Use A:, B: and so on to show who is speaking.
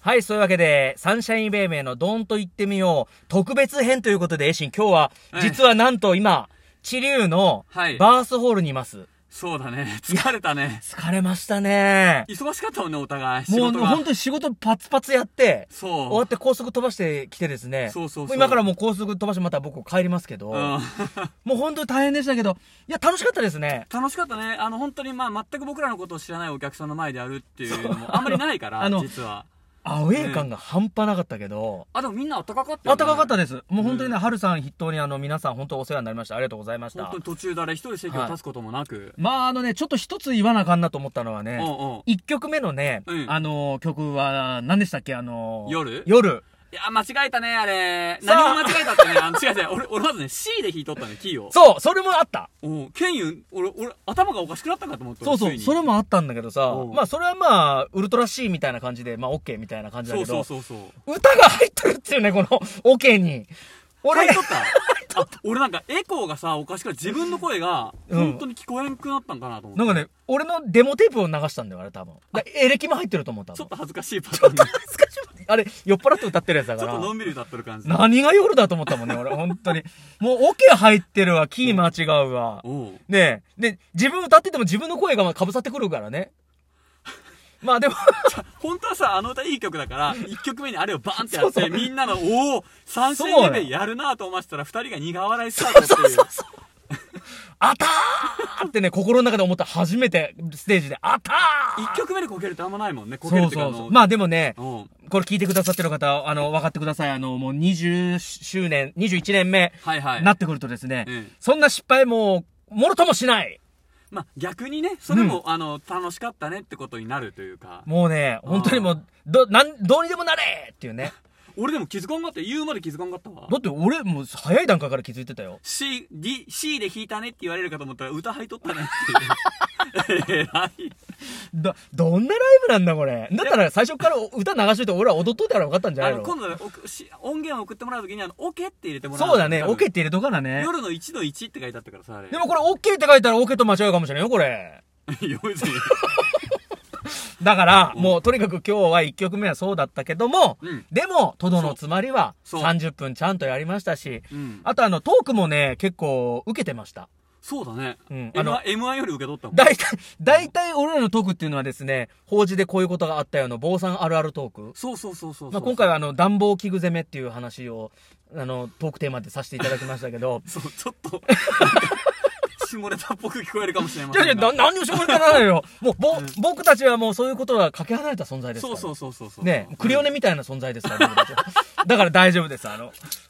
A: はい、そういうわけで、サンシャインベイメーのドンと言ってみよう、特別編ということで、エイシン、今日は
B: え、え
A: 実はなんと今、地流の
B: はい
A: バースホールにいます。
B: そうだね。 疲れたね。
A: 疲れましたね。
B: 忙しかったもんね、お互い。仕
A: もう
B: 事が
A: 本。当に仕事パツパツやって、終わ
B: そ
A: って高速飛ばしてきてですね。
B: そうそうそう
A: も今からもう高速飛ばしてまた僕帰りますけど、
B: う。うん。
A: もう本当に大変でしたけど、いや、楽しかったですね。
B: 楽しかったね。あの、本当に、まあ、全く僕らのことを知らないお客さんの前でやるっていうのも、あんまりないか
A: あ
B: ら、
A: の
B: 実は。
A: アウェー感が半端なかったけど、
B: あ、でもみんな暖かかった
A: 暖
B: よ
A: か
B: ね。
A: かった
B: ね。
A: です。もう本当にね、ハルさん筆頭にあの、皆さん本当お世話になりました。ありがとうございました
B: 本当。に途中誰一人席を立つこともなく。
A: まああのね、ちょっと一つ言わなあかんなと思ったのはね、
B: うんうん。
A: 一曲目のね、
B: うん
A: あのー曲は、何でしたっけあのー
B: 夜
A: 夜。
B: いや、間違えたね、あれ。
A: さあ
B: 何も間違えたってね。あの違う違う。俺、俺まずね、C で弾いとったね、キーを。
A: そう、それもあった。
B: おう、ケンユ、俺、俺、頭がおかしくなったかと思った。
A: そうそ、
B: ついうに
A: それもあったんだけどさ
B: う、ん
A: まあそれはまあ、ウルトラ C みたいな感じで、まあ OK みたいな感じだけ
B: そうそ
A: ど
B: う、そうそう。
A: 歌が入ってるっていうね、この OK に。俺
B: 買い、取った。あ、俺なんかエコーがさ、おかしくな自分の声が、
A: うん
B: 本当に聞こえんくなったんかなと思って。
A: なんかね、俺のデモテープを流したんだよ、あれ多分。だエレキも入ってると思う、多
B: ちょ
A: 分
B: っ。と恥ずかしいパターンで。ちょ
A: あれ、酔っ払って歌ってるやつだか
B: っとの
A: ら。
B: んびり歌ってる感じ。
A: 何が夜だと思ったもんね、俺、本当に。もう、オ、ケ入ってるわ、キー間違うわ。
B: おう。
A: ねえ。で、自分歌ってても自分の声がまあ被さってくるから ね。まあでも、
B: 本当はさ、あの歌いい曲だから、1曲目にあれをバーンってやっ
A: そう
B: て、
A: そう
B: みんなの、おお三振
A: そう
B: レ
A: よ
B: ベルやるなと思わせたら、二人が苦笑いスタートっていう。
A: あたーってね、心の中で思った初めてステージで、あたー
B: 1曲目でこけるってあんまないもんね。こける
A: そ
B: っ
A: う
B: ていうか
A: そ
B: あ
A: うそ
B: の
A: う。まあでもね、
B: うん。
A: これ聞いてくださってる方、あの、分かってください。あの、もう20周年、21年目、
B: はいはい。
A: なってくるとですね、
B: うん
A: そんな失敗も、もろともしない。
B: まあ逆にね、それも、あの、楽しかったねってことになるというか。
A: もうね、本当にもう、ど、なん、どうにでもなれっていうね。
B: 俺でも気づかんかった。言うまで気づかんかったわ。
A: だって俺もう早い段階から気づいてたよ。
B: C、D、C で弾いたねって言われるかと思ったら歌入っとったねっていう。えらい。
A: だ、どんなライブなんだこれ。だったら最初から歌流しといて俺ら踊っといたらよかったん じゃな
B: あ
A: い
B: の、
A: の
B: 今度ねおし音源を送ってもらうときに、あの、オケって入れてもらう。
A: そうだね、
B: 多
A: オ
B: 分
A: ケって入れとかなね。
B: 夜の1の1って書いてあったからさ、あれ。
A: でもこれオッケーって書いたらオッケーと間違うかもしれないよ、これ。
B: いや、別に。
A: だから、
B: うん
A: もうとにかく今日は1曲目はそうだったけども、
B: うん
A: でも、とどのつまりは
B: そうそう
A: 30分ちゃんとやりましたし、
B: うん。
A: あとあのトークもね、結構受けてました。
B: そうだね。
A: うんあ
B: M1
A: の
B: M1 より受け取ったもん。
A: 大体、大体俺らのトークっていうのはですね、法事でこういうことがあったよの坊さんあるあるトーク。
B: そうそうそうそう。
A: まあ、今回はあ、の暖房器具攻めっていう話をあのトークテーマでさせていただきましたけ ど
B: そう、ちょっ と、なんか下ネタっぽく聞こえるかもしれま
A: い
B: せん
A: やい
B: が。
A: やな何にもしてもらないよもうぼ、
B: うん
A: 僕たちはもうそういうことはかけ離れた存在ですから
B: そうそうそうそうそう。
A: ねクリオネみたいな存在ですから僕たちはだから大丈夫ですあの